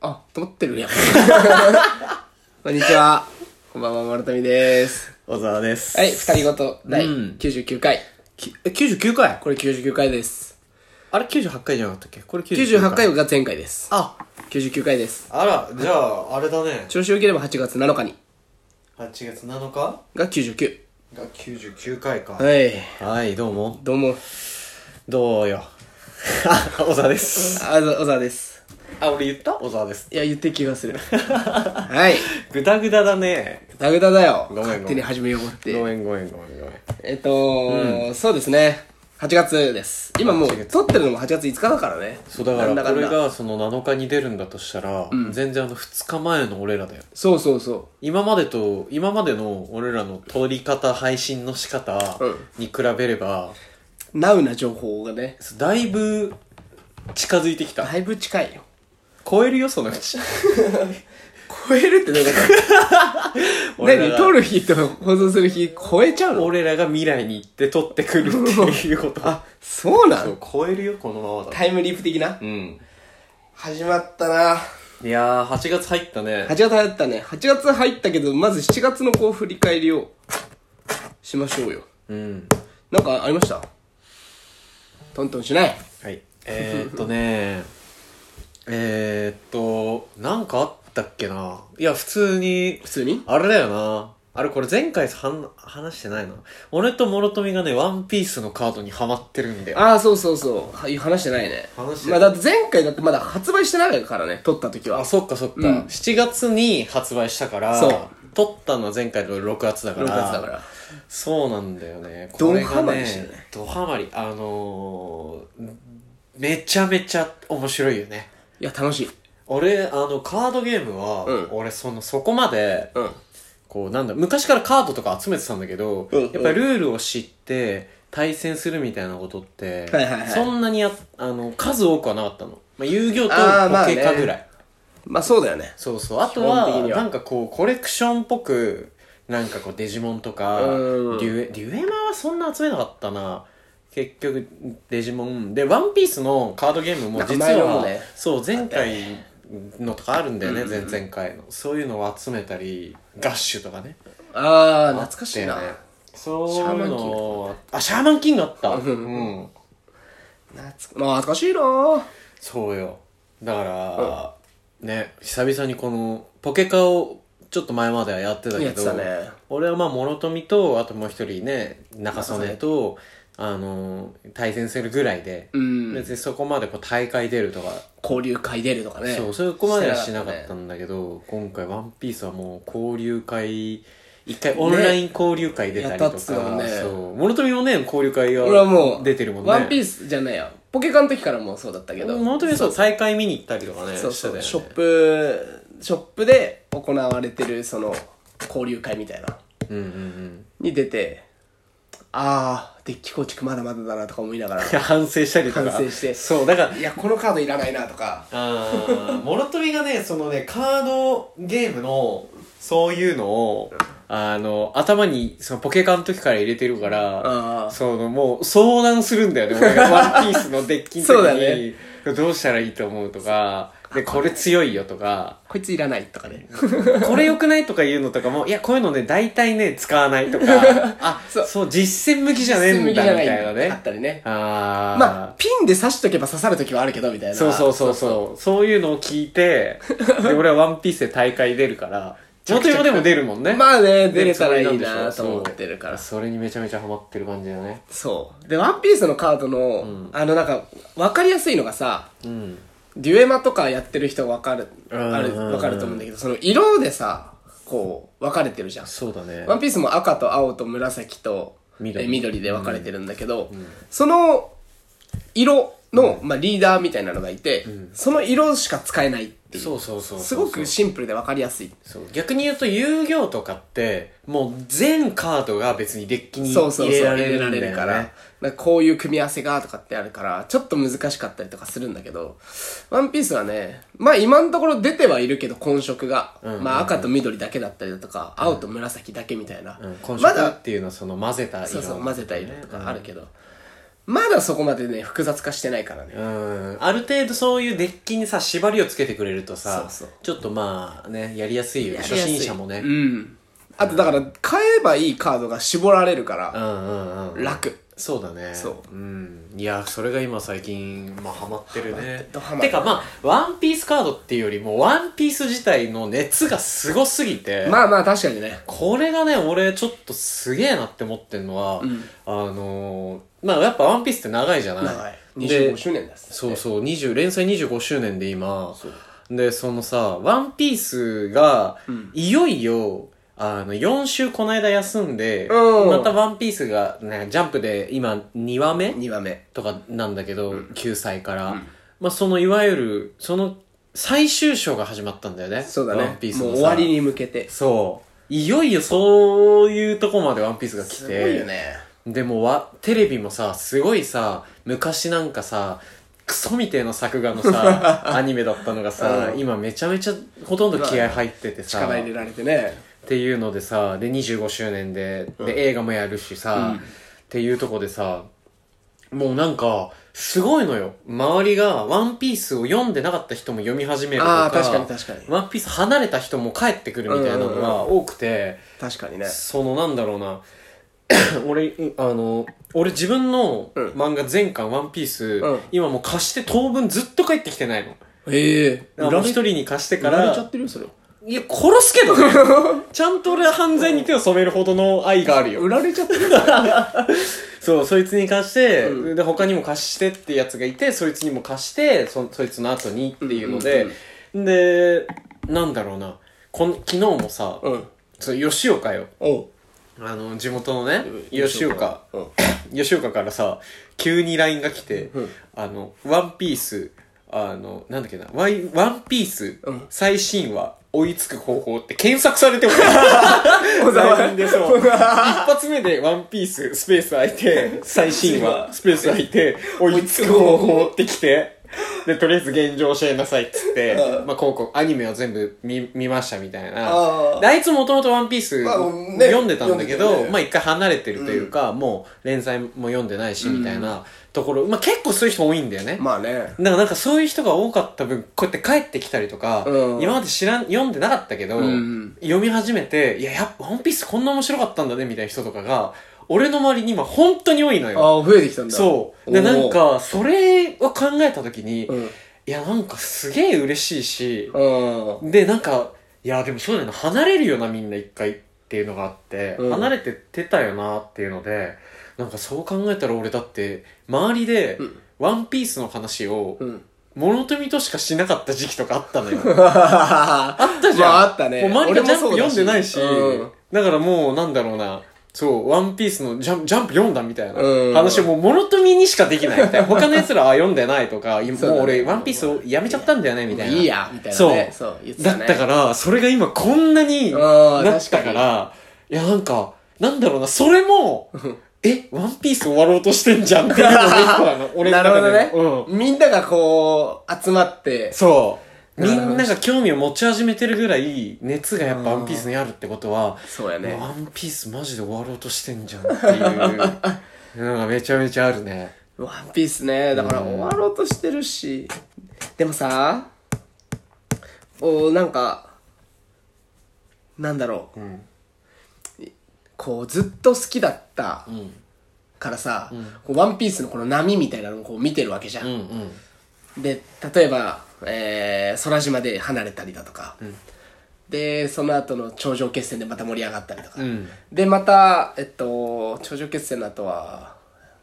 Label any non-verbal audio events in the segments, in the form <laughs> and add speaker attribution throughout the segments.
Speaker 1: あ、撮ってるやん。 <laughs> こんにちは。こんばんは、丸富です。
Speaker 2: 小沢です。
Speaker 1: はい、二人ごと第
Speaker 2: うん
Speaker 1: 99回。
Speaker 2: きえ、99回
Speaker 1: これ99回です。
Speaker 2: あれ98回じゃなかったっけこれ99
Speaker 1: 98
Speaker 2: 回。
Speaker 1: 回が前回です。
Speaker 2: あ、
Speaker 1: 99回です。
Speaker 2: あら、じゃあ、あれだね。
Speaker 1: 調子よければ8月7日に、
Speaker 2: 8月7日
Speaker 1: が99。
Speaker 2: が99回か。
Speaker 1: はい。
Speaker 2: はい、どうも。
Speaker 1: どうも、
Speaker 2: どうよ。 <laughs> あ小沢です。
Speaker 1: あざ、小沢です。
Speaker 2: あ、俺言った小沢です。
Speaker 1: いや、言ってる気がす
Speaker 2: <laughs>
Speaker 1: る。はい。
Speaker 2: ぐだぐだだね。
Speaker 1: ダグダだよ。
Speaker 2: ごめんごめん
Speaker 1: 勝手に始めようって。
Speaker 2: ごめんごめんごめんごめん。
Speaker 1: えっとそうですね。8月です。今も
Speaker 2: 8
Speaker 1: う、
Speaker 2: 月
Speaker 1: 撮ってるのも8月5日だからね。
Speaker 2: そうだか
Speaker 1: なんだ
Speaker 2: ら、
Speaker 1: か
Speaker 2: こ
Speaker 1: ん
Speaker 2: れ
Speaker 1: だ
Speaker 2: がその7日に出るんだとしたら、全然あの2日前の俺らだよ。
Speaker 1: そうそうそう。
Speaker 2: 今までと、今までの俺らの撮り方、配信の仕方
Speaker 1: うん
Speaker 2: に比べれば、
Speaker 1: ナウな情報がね
Speaker 2: だいぶ近づいてきた
Speaker 1: だいぶ近いよ
Speaker 2: 超えるよそのう <laughs> ち
Speaker 1: 超えるってどういうこと
Speaker 2: 俺らが
Speaker 1: <laughs> 何撮る日と放送する日超えちゃうの
Speaker 2: 俺らが未来に行って取ってくるっていうこと <laughs> あ
Speaker 1: そうなの
Speaker 2: 超えるよこのままだ
Speaker 1: タイムリープ的な
Speaker 2: うん
Speaker 1: 始まったない
Speaker 2: やー8月入ったね
Speaker 1: 8月入ったね8月入ったけどまず7月のこう振り返りをしましょうよ
Speaker 2: うん
Speaker 1: なんかありましたトントンしない
Speaker 2: はいえー、っと <laughs> ねえー、っとなんかあったっけないや普通に
Speaker 1: 普通に
Speaker 2: あれだよなあれこれ前回はん話してないな俺と諸富がねワンピースのカードにハマってるんだよ
Speaker 1: ああそうそうそうはい話してないね
Speaker 2: 話して
Speaker 1: ま
Speaker 2: な
Speaker 1: あ
Speaker 2: い
Speaker 1: だって前回だってまだ発売してないからね撮った時は
Speaker 2: あ、そっかそっか。
Speaker 1: うん
Speaker 2: 7月に発売したから、
Speaker 1: そう
Speaker 2: 撮ったのは前回の6月だか
Speaker 1: 6
Speaker 2: ら。
Speaker 1: 月だから
Speaker 2: そうなんだよね。
Speaker 1: ド
Speaker 2: これがね
Speaker 1: ハマりしてるね。
Speaker 2: ドハマり。あのー、めちゃめちゃ面白いよね。
Speaker 1: いや楽しい
Speaker 2: 俺、あの、カードゲームは、
Speaker 1: うん
Speaker 2: 俺、その、そこまで、
Speaker 1: うん
Speaker 2: こう、なんだ、昔からカードとか集めてたんだけど、
Speaker 1: うん
Speaker 2: やっぱりルールを知って、対戦するみたいなことって、
Speaker 1: はいはいはい
Speaker 2: そんなにや、あの、数多くはなかったの。まあ、遊戯王と
Speaker 1: あーまあ
Speaker 2: ポ
Speaker 1: ね
Speaker 2: ケカぐらい。
Speaker 1: まあそうだよね
Speaker 2: そうそう。あと
Speaker 1: 基本
Speaker 2: は、
Speaker 1: 的には
Speaker 2: なんかこう、コレクションっぽく、なんかこう、デジモンとか、デ
Speaker 1: うん
Speaker 2: ュエ、デュエマはそんな集めなかったな。結局、デジモン。で、ワンピースのカードゲームも
Speaker 1: なんか
Speaker 2: 実
Speaker 1: 前のも
Speaker 2: は、
Speaker 1: ね
Speaker 2: そう、前回のとかあるんだよね、前々回の。そういうのを集めたり、ガッシュとかね。
Speaker 1: ああ懐かしいな、
Speaker 2: あったよねそういう
Speaker 1: シャーマン
Speaker 2: の
Speaker 1: キング
Speaker 2: をあ、シャーマンキングあった。うん。
Speaker 1: 懐か懐かしいなぁ
Speaker 2: そうよだから、ね久々にこのポケカをちょっと前まではやってたけ
Speaker 1: やって
Speaker 2: ど
Speaker 1: たね
Speaker 2: 俺はまあ諸富とあともう一人ね中曽根とあのー対戦するぐらいで、
Speaker 1: うん
Speaker 2: 別にそこまでこう大会出るとか、
Speaker 1: 交流会出るとかね
Speaker 2: そうそこまではしなかったんだけど、今回「ワンピースはもう交流会一回オンライン交流会出たりと
Speaker 1: やったっつう
Speaker 2: か、
Speaker 1: もんね
Speaker 2: そう諸富もね交流会
Speaker 1: 俺はも
Speaker 2: が
Speaker 1: う
Speaker 2: 出てるもんね
Speaker 1: ワンピースじゃないやポケカの時からもうそうだったけど
Speaker 2: 諸富はそう大会見に行ったりとかね
Speaker 1: そうそう、
Speaker 2: して
Speaker 1: シ
Speaker 2: た
Speaker 1: ョ
Speaker 2: よね
Speaker 1: ップショップで行われてるその交流会みたいな
Speaker 2: うんうんうん
Speaker 1: に出てああデッキ構築まだまだだなとか思いながら
Speaker 2: 反省したりとか
Speaker 1: 反省して
Speaker 2: そうだから
Speaker 1: いやこのカードいらないなとか
Speaker 2: あー諸富がねそのねカードゲームのそういうのをあの頭にそのポケカの時から入れてるか
Speaker 1: あー
Speaker 2: らそのもう相談するんだよね俺がワンピースのデッキの時
Speaker 1: そうだ
Speaker 2: に
Speaker 1: ね
Speaker 2: どうしたらいいと思うとかでこれ強いよとか
Speaker 1: こいついらないとかね
Speaker 2: これ良くないとか言うのとかもいやこういうのね大体ね使わないと
Speaker 1: <laughs>
Speaker 2: かあ
Speaker 1: そう
Speaker 2: そう実践向きじゃねえんだみたいな
Speaker 1: あっ
Speaker 2: ね
Speaker 1: たりね
Speaker 2: あー
Speaker 1: まあピンで刺しとけば刺さる時はあるけどみたいな
Speaker 2: そうそうそうそう。そういうのを聞
Speaker 1: <laughs>
Speaker 2: いて、で、俺はワンピースで大会出るから、
Speaker 1: ちゃ
Speaker 2: 元
Speaker 1: くちゃ
Speaker 2: 々でも出るもんね。
Speaker 1: まあね出れ
Speaker 2: るつ
Speaker 1: た
Speaker 2: も
Speaker 1: らい
Speaker 2: りなん
Speaker 1: い
Speaker 2: でしょ
Speaker 1: なと思ってるから
Speaker 2: そうそれにめちゃめちゃハマってる感じだね。
Speaker 1: そう。で、ワンピースのカードの、あの、なんか、わかりやすいのがさ、
Speaker 2: うん。
Speaker 1: デュエマとかやってる人わかる、
Speaker 2: うん
Speaker 1: ある、わかると思うんだけど、その色でさ、こう、分かれてるじゃん。
Speaker 2: そうだね
Speaker 1: ワンピースも赤と青と紫と
Speaker 2: 緑
Speaker 1: え緑で分かれてるんだけど、その色の、まあ、リーダーみたいなのがいて、その色しか使えないっていう。
Speaker 2: そうそうそうそう。
Speaker 1: すごくシンプルで分かりやすい。
Speaker 2: そう逆に言うと遊戯王とかって、もう全カードが別にデッキに
Speaker 1: そうそうそう
Speaker 2: 入れられ
Speaker 1: 入れ
Speaker 2: るん
Speaker 1: ら
Speaker 2: だよね
Speaker 1: れるからなんかこういう組み合わせがとかってあるからちょっと難しかったりとかするんだけど「ワンピースはねまあ今のところ出てはいるけど混色が、まあ、赤と緑だけだったりだとか、青と紫だけみたいな、
Speaker 2: うん。今
Speaker 1: ま
Speaker 2: 週
Speaker 1: だ
Speaker 2: っていうのはその混ぜた色。
Speaker 1: そうそう混ぜた色とかあるけど、まだそこまでね、複雑化してないからね。
Speaker 2: うんある程度そういうデッキにさ縛りをつけてくれるとさ
Speaker 1: そうそう
Speaker 2: ちょっとまあねやりやすいよ
Speaker 1: やり
Speaker 2: 初
Speaker 1: やすい
Speaker 2: 心者もね、
Speaker 1: うん。あとだから、買えばいいカードが絞られるから、
Speaker 2: うんうんうん
Speaker 1: 楽。
Speaker 2: そうだね、
Speaker 1: そう
Speaker 2: ん、いやそれが今最近まあハマってるね
Speaker 1: ハマってる
Speaker 2: てかまあワンピースカードっていうよりもワンピース自体の熱がすごすぎて、
Speaker 1: まあまあ確かにね。
Speaker 2: これがね俺ちょっとすげえなって思ってんのは、
Speaker 1: ん
Speaker 2: あのーまあやっぱワンピースって長いじゃない
Speaker 1: 長い。
Speaker 2: で
Speaker 1: 25周年です。
Speaker 2: そうそう、20連載25周年で今、で、そのさ、ワンピースが、いよいよ、あの、4週この間休んで、
Speaker 1: うん
Speaker 2: またワンピースが、ね、ジャンプで今2話目
Speaker 1: 2話目。
Speaker 2: とかなんだけど、9歳から、まあそのいわゆる、その最終章が始まったんだよね。
Speaker 1: そうだ
Speaker 2: ワン
Speaker 1: ね
Speaker 2: ピー。スの
Speaker 1: もう
Speaker 2: さ
Speaker 1: 終わりに向けて。
Speaker 2: そう。いよいよそういうとこまでワンピースが来て。
Speaker 1: すごいよね。
Speaker 2: でもわ、テレビもさ、すごいさ、昔なんかさ、クソみてえな作画の
Speaker 1: <laughs>
Speaker 2: さ、アニメだったのがさ、
Speaker 1: うん
Speaker 2: 今めちゃめちゃほとんど気合入っててさ、
Speaker 1: 力入れられてね。
Speaker 2: っていうのでさ、で、25周年で、で、映画もやるしさ、っていうとこでさ、もうなんか、すごいのよ。周りが、ワンピースを読んでなかった人も読み始めるとか、
Speaker 1: あー確かに確かに
Speaker 2: ワンピース離れた人も帰ってくるみたいなのが多くて、
Speaker 1: 確かにね。
Speaker 2: そのなんだろうな <coughs> 俺いあの俺自分の漫画全巻「ワンピース、
Speaker 1: うん
Speaker 2: 今もう貸して当分ずっと帰ってきてないの
Speaker 1: ええ
Speaker 2: あの一人に貸してか
Speaker 1: 売られ
Speaker 2: ら
Speaker 1: ちゃってるよ、それ。 <laughs>
Speaker 2: いや殺すけどねちゃんと俺は犯罪に手を染めるほどの愛があるよ
Speaker 1: 売られちゃってるよ。
Speaker 2: そうそいつに貸して、
Speaker 1: う
Speaker 2: で他にも貸してってやつがいてそいつにも貸してそそいつの後にっていうので、
Speaker 1: うん
Speaker 2: でなんだろうなこん昨日もさ、
Speaker 1: うん。
Speaker 2: <laughs> そう吉岡よ
Speaker 1: おう。
Speaker 2: あの地元のね吉岡
Speaker 1: うん。
Speaker 2: 吉岡からさ、急に LINE が来て、あの、ワンピース、あの、なんだっけな、ワイワンピース、
Speaker 1: うん
Speaker 2: 最新話、追いつく方法って検索されても、
Speaker 1: 小沢
Speaker 2: LINE でそう、 <laughs> 一発目でワンピース、スペース空いて、最新話、スペース空いて、追いつく方法って来て、で、とりあえず現状教えなさいっつって、まあ、こうこう、アニメを全部見、見ましたみたい
Speaker 1: あ
Speaker 2: な。
Speaker 1: ー
Speaker 2: であいつもともとワンピース、
Speaker 1: まあね
Speaker 2: 読んでたんだけ
Speaker 1: 読んでた
Speaker 2: ど、
Speaker 1: よね
Speaker 2: まあ一回離れてるというか、もう連載も読んでないし、みたいなところ、まあ結構そういう人多いんだよね。
Speaker 1: まあね。
Speaker 2: だからなんかそういう人が多かった分、こうやって帰ってきたりとか、
Speaker 1: うん
Speaker 2: 今まで知らん、読んでなかったけど、
Speaker 1: ん
Speaker 2: 読み始めて、いや、やっぱワンピースこんな面白かったんだね、みたいな人とかが、俺の周りに今本当に多いのよ。
Speaker 1: ああ、増えてきたんだ。
Speaker 2: そう。で、
Speaker 1: おう
Speaker 2: なん、か、それを考えた時に、
Speaker 1: うん。
Speaker 2: いや、なんかすげえ嬉しいし、
Speaker 1: うん。
Speaker 2: で、なんか、いや、でもそうだよな、離れるよな、みんな一回っていうのがあって、
Speaker 1: うん
Speaker 2: 離れてってたよなっていうので、なんかそう考えたら俺だって、周りで、ワンピースの話を、 <laughs>
Speaker 1: うん。
Speaker 2: 物富としかしなかった時期とかあったのよ。
Speaker 1: あ
Speaker 2: あったじゃん。
Speaker 1: まああったね
Speaker 2: もう周りがジャンプ読んでないし、
Speaker 1: 俺もそうだしうん
Speaker 2: だからもうなんだろうな、そう、ワンピースのジャンジャンプ読んだみたいな
Speaker 1: うん
Speaker 2: 話をもう物富にしかできないみたいな。他の奴らは読んでないとか、今
Speaker 1: <laughs> そう
Speaker 2: も
Speaker 1: だ
Speaker 2: う
Speaker 1: ね
Speaker 2: 俺ワンピースをやめちゃったんだよねみたいな。
Speaker 1: いいや、みたいな
Speaker 2: そう
Speaker 1: ね。そう。言って
Speaker 2: だ
Speaker 1: た
Speaker 2: っ
Speaker 1: ね。
Speaker 2: たから、それが今こんなに
Speaker 1: うん
Speaker 2: なったから、
Speaker 1: 確
Speaker 2: いやなんか、なんだろうな、それも、え、ワンピース終わろうとしてんじゃんっていうのが一
Speaker 1: <laughs>
Speaker 2: 個なの、俺の
Speaker 1: なる
Speaker 2: 中
Speaker 1: ほ
Speaker 2: で
Speaker 1: ど
Speaker 2: の。
Speaker 1: ね、
Speaker 2: うん。
Speaker 1: みんながこう、集まって、
Speaker 2: そう。
Speaker 1: な
Speaker 2: み
Speaker 1: るほど
Speaker 2: んなが興味を持ち始めてるぐらい、熱がやっぱワンピースにあるってことは、
Speaker 1: そうやね。
Speaker 2: ワンピースマジで終わろうとしてんじゃん <laughs> っていう、のがめちゃめちゃあるね。
Speaker 1: ワンピースね。だから
Speaker 2: うん
Speaker 1: 終わろうとしてるし。でもさ、おなんか、なんだろう。
Speaker 2: ん
Speaker 1: こう、ずっと好きだった
Speaker 2: ん
Speaker 1: からさ、こうワンピースのこの波みたいなのをこう見てるわけじゃ
Speaker 2: うん
Speaker 1: ん。
Speaker 2: うん。
Speaker 1: で、例えば、えー、空島で離れたりだとか、で、その後の頂上決戦でまた盛り上がったりとか、
Speaker 2: うん
Speaker 1: で、また、えっと、頂上決戦の後は、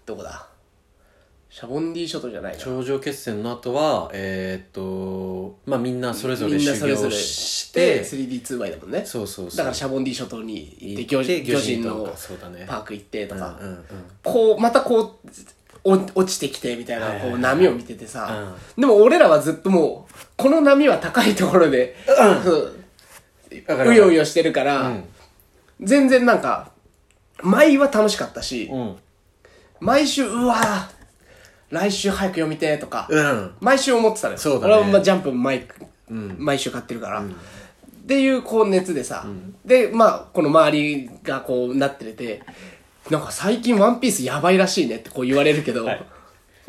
Speaker 1: どこだシャボンディ諸島じゃないな。
Speaker 2: 頂上決戦の後は、えーっと、まあみんなそれぞ
Speaker 1: みん
Speaker 2: れ
Speaker 1: な
Speaker 2: 修
Speaker 1: それぞ
Speaker 2: 行
Speaker 1: れ
Speaker 2: し
Speaker 1: して
Speaker 2: て、
Speaker 1: 3D2Y だもんね
Speaker 2: そうそうそう
Speaker 1: だからシャボンディ諸島に行って
Speaker 2: 行
Speaker 1: 魚
Speaker 2: って
Speaker 1: 人魚人
Speaker 2: 魚人
Speaker 1: の
Speaker 2: 島そうだね
Speaker 1: パーク行ってとか、
Speaker 2: うんうん
Speaker 1: こうまたこうお落ちてきてみたい
Speaker 2: は
Speaker 1: な
Speaker 2: いはいはい
Speaker 1: こう波を見ててさ、でも俺らはずっともうこの波は高いところで、
Speaker 2: だ
Speaker 1: う
Speaker 2: から
Speaker 1: うようよしてるから、
Speaker 2: ん
Speaker 1: 全然なんか舞は楽しかったし、
Speaker 2: うん。
Speaker 1: 毎週うわー来週早く読みてーとか、
Speaker 2: うん。
Speaker 1: 毎週思ってたのよ。
Speaker 2: そうだね
Speaker 1: 俺はまあジャンプ毎、毎週買ってるから。っていうこう熱でさ、で、まあ、この周りがこうなってて、なんか最近ワンピースやばいらしいねってこう言われるけど、
Speaker 2: はい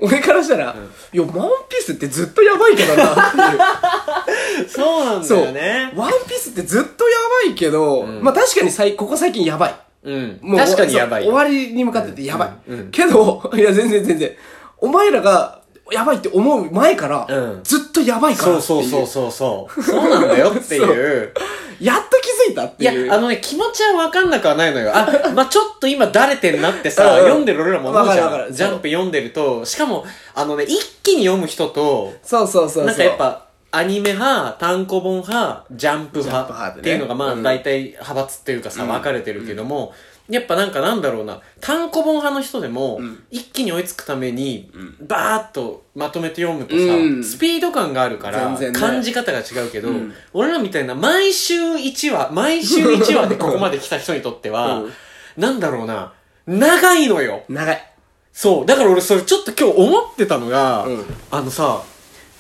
Speaker 1: 俺からしたら、いや、ワンピースってずっとやばいけどなっていう。
Speaker 2: <laughs> そうなん
Speaker 1: そう。
Speaker 2: だ
Speaker 1: ワ
Speaker 2: よ
Speaker 1: ン
Speaker 2: ね。
Speaker 1: ピースってずっとやばいけど、まあ確かにさいここ最近やばい。
Speaker 2: うん。
Speaker 1: もう
Speaker 2: 確かにやば
Speaker 1: そ
Speaker 2: い
Speaker 1: う
Speaker 2: よ。
Speaker 1: 終わりに向かっててやばい。けど、い <laughs> や、全然全然。お前らが、やばいって思う前から、
Speaker 2: うん
Speaker 1: ずっとやばいからっ
Speaker 2: そう
Speaker 1: ていう。
Speaker 2: そうそうそうそう。 <laughs> そうなんだよっていう。
Speaker 1: やっと気づいたって
Speaker 2: い
Speaker 1: いう。
Speaker 2: や、あのね、気持ちは分かんなくはないの
Speaker 1: <laughs>
Speaker 2: よ。あ、まあちょっと今、だれてんなってさ、
Speaker 1: うんうん
Speaker 2: 読んでる俺らも思うじ
Speaker 1: わかるわか
Speaker 2: ゃん。
Speaker 1: る
Speaker 2: ジャンプ読んでると、しかも、あのね、一気に読む人と、
Speaker 1: そうそうそうそう。
Speaker 2: なんかやっぱ、アニメ派、単行本派、ジャンプ
Speaker 1: ジャンプ派
Speaker 2: 派
Speaker 1: でね
Speaker 2: っていうのがまあ
Speaker 1: うん
Speaker 2: 大体派閥っていうかさ、分かれてるけども、やっぱなんかなんだろうな、単行本派の人でも、一気に追いつくために、バーっとまとめて読むと
Speaker 1: うん
Speaker 2: さ、スピード感があるから
Speaker 1: 全、然ね
Speaker 2: 感じ方が違うけど
Speaker 1: うん、
Speaker 2: 俺らみたいな毎週1話、毎週1話でここまで来た人にとっては
Speaker 1: <laughs> うん、
Speaker 2: なんだろうな、長いのよ。
Speaker 1: 長い。
Speaker 2: そう。だから俺それちょっと今日思ってたのが、
Speaker 1: うん
Speaker 2: あのさ、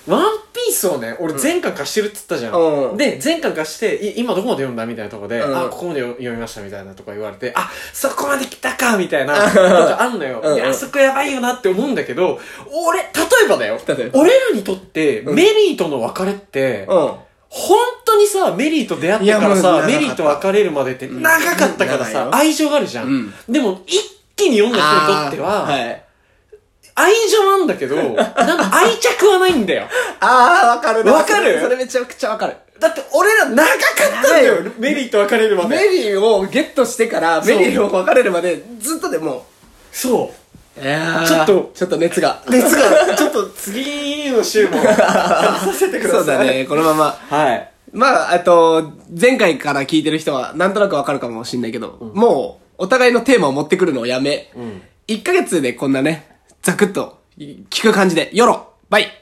Speaker 2: ワンピースをね、俺全巻貸してるっつったじゃん。
Speaker 1: うん
Speaker 2: で、全巻貸して、い今どこまで読んだみたいなとこで、
Speaker 1: うん
Speaker 2: あ、ここまで読みましたみたいなとか言われて、あ、そこまで来たかみたい
Speaker 1: <laughs>
Speaker 2: な、とかあんのよ。
Speaker 1: うん
Speaker 2: いや、あそこやばいよなって思うんだけど、俺、例えばだよ。
Speaker 1: 例えば
Speaker 2: 俺らにとって、メリーとの別れって、
Speaker 1: うん。
Speaker 2: 本当にさ、メリーと出会ってから
Speaker 1: いやもう
Speaker 2: さ、
Speaker 1: 長かった
Speaker 2: メリーと別れるまでって長かったから
Speaker 1: う
Speaker 2: さ
Speaker 1: ん長いよ、
Speaker 2: 愛情があるじゃ
Speaker 1: うんん。
Speaker 2: でも、一気に読んだ人にとっ
Speaker 1: あ
Speaker 2: ては、
Speaker 1: ーい。
Speaker 2: 愛情なんだけ <laughs> ど、なんか愛着はないんだよ。
Speaker 1: ああ、わかるな
Speaker 2: わか
Speaker 1: そ
Speaker 2: る
Speaker 1: れそれめちゃくちゃわかる。
Speaker 2: だって俺ら長かったんだ
Speaker 1: 長い
Speaker 2: よ
Speaker 1: よ。
Speaker 2: メリーと別れるま
Speaker 1: メ
Speaker 2: で。
Speaker 1: リーをゲットしてから、
Speaker 2: そ
Speaker 1: メ
Speaker 2: う
Speaker 1: リーを別れるまで、ずっとでも、
Speaker 2: そう
Speaker 1: いやー
Speaker 2: ちょっと
Speaker 1: ちょっと熱が。
Speaker 2: う。熱が、ちょっと次の <laughs> 週も、させてくださ
Speaker 1: <laughs> そ
Speaker 2: い。
Speaker 1: うだ。ね、このまま。
Speaker 2: はい。
Speaker 1: まあ、あと、前回から聞いてる人は、なんとなくわかるかもしんないけど、もう、お互いのテーマを持ってくるのをやめ、1ヶ月でこんなね、ザクッと、聞く感じで、よろバイ